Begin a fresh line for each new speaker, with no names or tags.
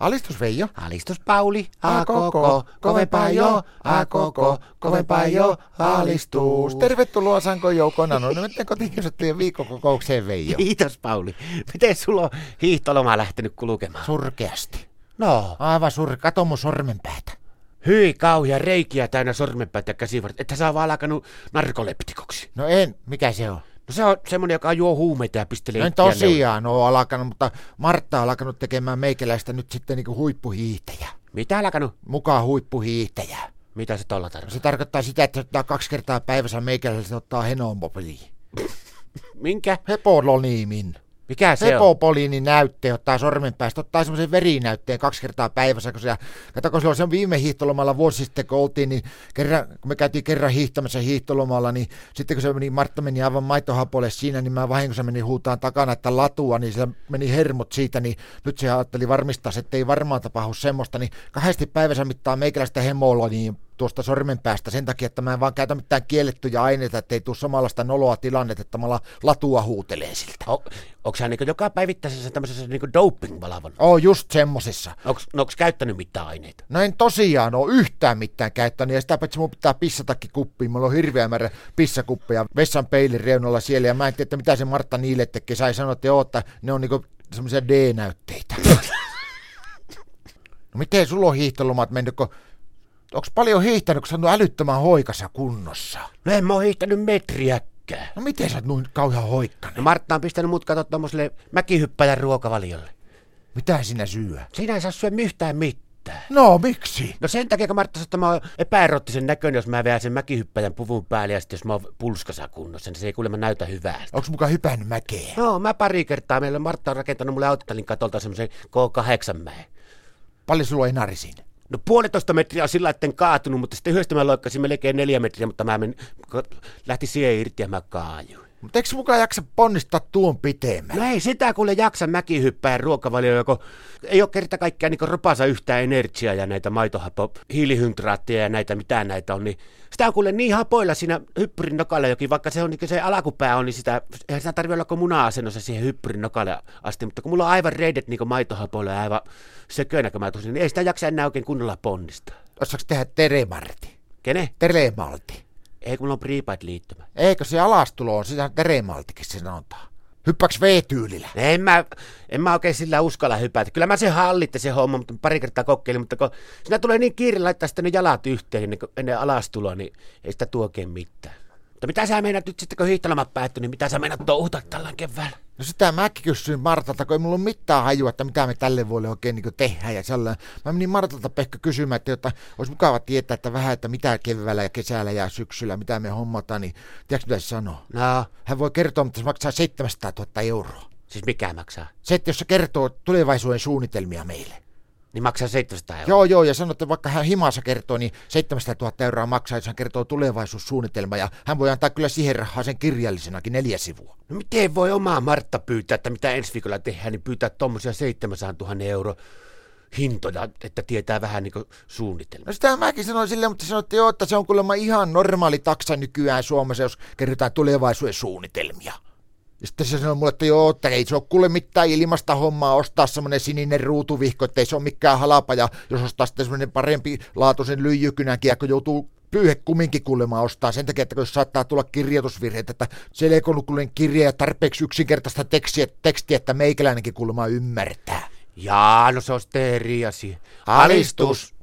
Alistus Veijo.
Alistus Pauli, a koko, kovempaa jo, a koko, kovempaa jo, alistus.
Tervetuloa Sanko Joukona, no nyt kotikiusattujen viikkokokoukseen Veijo.
Kiitos Pauli. Miten sulla on hiihtoloma lähtenyt kulkemaan?
Surkeasti.
No,
Aivan surke, kato mun sormenpäätä.
hyi kauhia reikiä täynnä sormenpäät ja käsivart, että sä oot vaan alkanut narkoleptikoksi.
No en, mikä se on?
No se on semmonen, joka juo huumeita ja pistelee
No en
itseään leukaan.
tosiaan ole alkanut, mutta Martta on alkanut tekemään meikäläistä nyt sitten niinku huippuhiihtäjä.
Mitä alkanut?
Mukaan huippuhiihtäjä.
Mitä se tolla tarkoittaa?
Se tarkoittaa sitä, että se ottaa kaksi kertaa päivässä meikäläiset ottaa henomobiliin.
Minkä?
Hepoloniimin.
Mikä se on?
Hepopoliinin näytteen niin ottaa sormen päästä, ottaa semmoisen verinäytteen kaksi kertaa päivässä. Kun se, kato, kun silloin sen viime hiihtolomalla vuosi sitten, kun oltiin, niin kerran, kun me käytiin kerran hiihtämässä hiihtolomalla, niin sitten kun se meni, Martta meni aivan maitohapolle siinä, niin mä vahingossa menin huutaan takana, että latua, niin sillä meni hermot siitä, niin nyt se ajatteli varmistaa, että ei varmaan tapahdu semmoista, niin kahdesti päivässä mittaa meikäläistä hemolla, niin tuosta sormen päästä sen takia, että mä en vaan käytä mitään kiellettyjä aineita, ettei tule samanlaista noloa tilannetta, että mä la- latua huutelee siltä.
O, onks hän niinku joka päivittäisessä tämmöisessä niinku doping-valavan?
Oo, just semmosissa.
Onks, no onks käyttänyt mitään aineita?
No en tosiaan oo yhtään mitään käyttänyt, ja sitä paitsi mun pitää pissatakin kuppiin. Mulla on hirveä määrä pissakuppeja vessan peilin reunalla siellä, ja mä en tiedä, että mitä se Martta niille tekee. Sä ei sano, että joo, että ne on niinku semmoisia D-näytteitä. no miten sulla on hiihtolomat mennyt, kun... Onks paljon hiihtänyt, kun sä oot noin älyttömän hoikassa kunnossa?
No en mä oo hiihtänyt metriäkään.
No miten sä oot noin kauhean hoikkanen?
No Martta on pistänyt mut kato tommoselle mäkihyppäjän ruokavaliolle.
Mitä sinä syö?
Siinä ei saa syödä yhtään mitään.
No miksi?
No sen takia, kun Martta sanoi, että mä oon epäerottisen näköinen, jos mä vedän sen mäkihyppäjän puvun päälle ja sitten jos mä oon pulskassa kunnossa, niin se ei kuulemma näytä hyvältä.
Onks muka hypännyt mäkeen?
No, mä pari kertaa. Meillä Martta on rakentanut mulle autotallin katolta semmoisen K8 mäen.
Paljon sulla on enari siinä?
No puolitoista metriä on sillä etten kaatunut, mutta sitten yhdestä mä loikkasin melkein neljä metriä, mutta mä men, ko- lähti siihen irti ja mä kaajuin.
Mutta eikö mukaan jaksa ponnistaa tuon pitemmän?
No ei sitä kuule jaksa mäkihyppää ruokavalio, kun ei ole kerta kaikkiaan niin ropansa yhtään energiaa ja näitä maitohapo, hiilihydroatteja ja näitä mitä näitä on, niin sitä on kuule niin hapoilla siinä hyppyrin nokalle jokin, vaikka se on niin se alakupää on, niin sitä, eihän sitä tarvitse olla kuin muna-asennossa siihen hyppyrin nokalle asti, mutta kun mulla on aivan reidet niin maitohapoilla ja aivan sökönä, kun mä tosin, niin ei sitä jaksa enää oikein kunnolla ponnistaa.
Osaako tehdä teremarti?
Kene?
Telemalti.
Ei, kun mulla on prepaid-liittymä.
Eikö se alastulo on sitä teremaltikin se sanotaan? Hyppäks V-tyylillä?
En mä, en mä oikein sillä uskalla hypätä. Kyllä mä sen hallitte se homma, mutta pari kertaa kokeilin, mutta kun sinä tulee niin kiire laittaa sitten ne jalat yhteen ennen, kuin- ennen alastuloa, niin ei sitä tuo oikein mitään. Mutta mitä sä meinaat nyt sitten, kun hiihtolomat päättyy, niin mitä sä meinaat touhuta tällä keväällä?
No sitä mäkin kysyin Martalta, kun ei mulla ole mitään hajua, että mitä me tälle vuodelle oikein niin tehdään ja sellainen. Mä menin Martalta Pekka kysymään, että jotta olisi mukava tietää, että vähän, että mitä keväällä ja kesällä ja syksyllä, mitä me hommataan, niin tiedätkö mitä se sanoo?
No,
Hän voi kertoa, mutta se maksaa 700 000 euroa.
siis mikä maksaa?
Se, että jos se kertoo tulevaisuuden suunnitelmia meille.
Niin maksaa 700 euroa.
Joo, joo, ja sanoi, että vaikka hän himassa kertoo, niin 700 000 euroa maksaa, jos hän kertoo tulevaisuussuunnitelma, ja hän voi antaa kyllä siihen rahaa sen kirjallisenakin neljä sivua.
No miten voi omaa Martta pyytää, että mitä ensi viikolla tehdään, niin pyytää tommosia 700 000 euro hintoja, että tietää vähän niin suunnitelmia.
No sitä mäkin sanoin sille, mutta sanoin, että joo, että se on kuulemma ihan normaali taksa nykyään Suomessa, jos kerrotaan tulevaisuuden suunnitelmia. Ja sitten se sanoi mulle, että joo, että ei se ole kuule mitään ilmasta hommaa ostaa semmoinen sininen ruutuvihko, että ei se ole mikään halapa, ja jos ostaa sitten semmoinen parempi laatuisen lyijykynänkin, kun joutuu pyyhe kumminkin kuulemaan ostaa sen takia, että kun saattaa tulla kirjoitusvirheitä, että selkonukulen kirje ja tarpeeksi yksinkertaista tekstiä, tekstiä että meikäläinenkin kuulemma ymmärtää.
Jaa, no se on sitten eri asia. Alistus!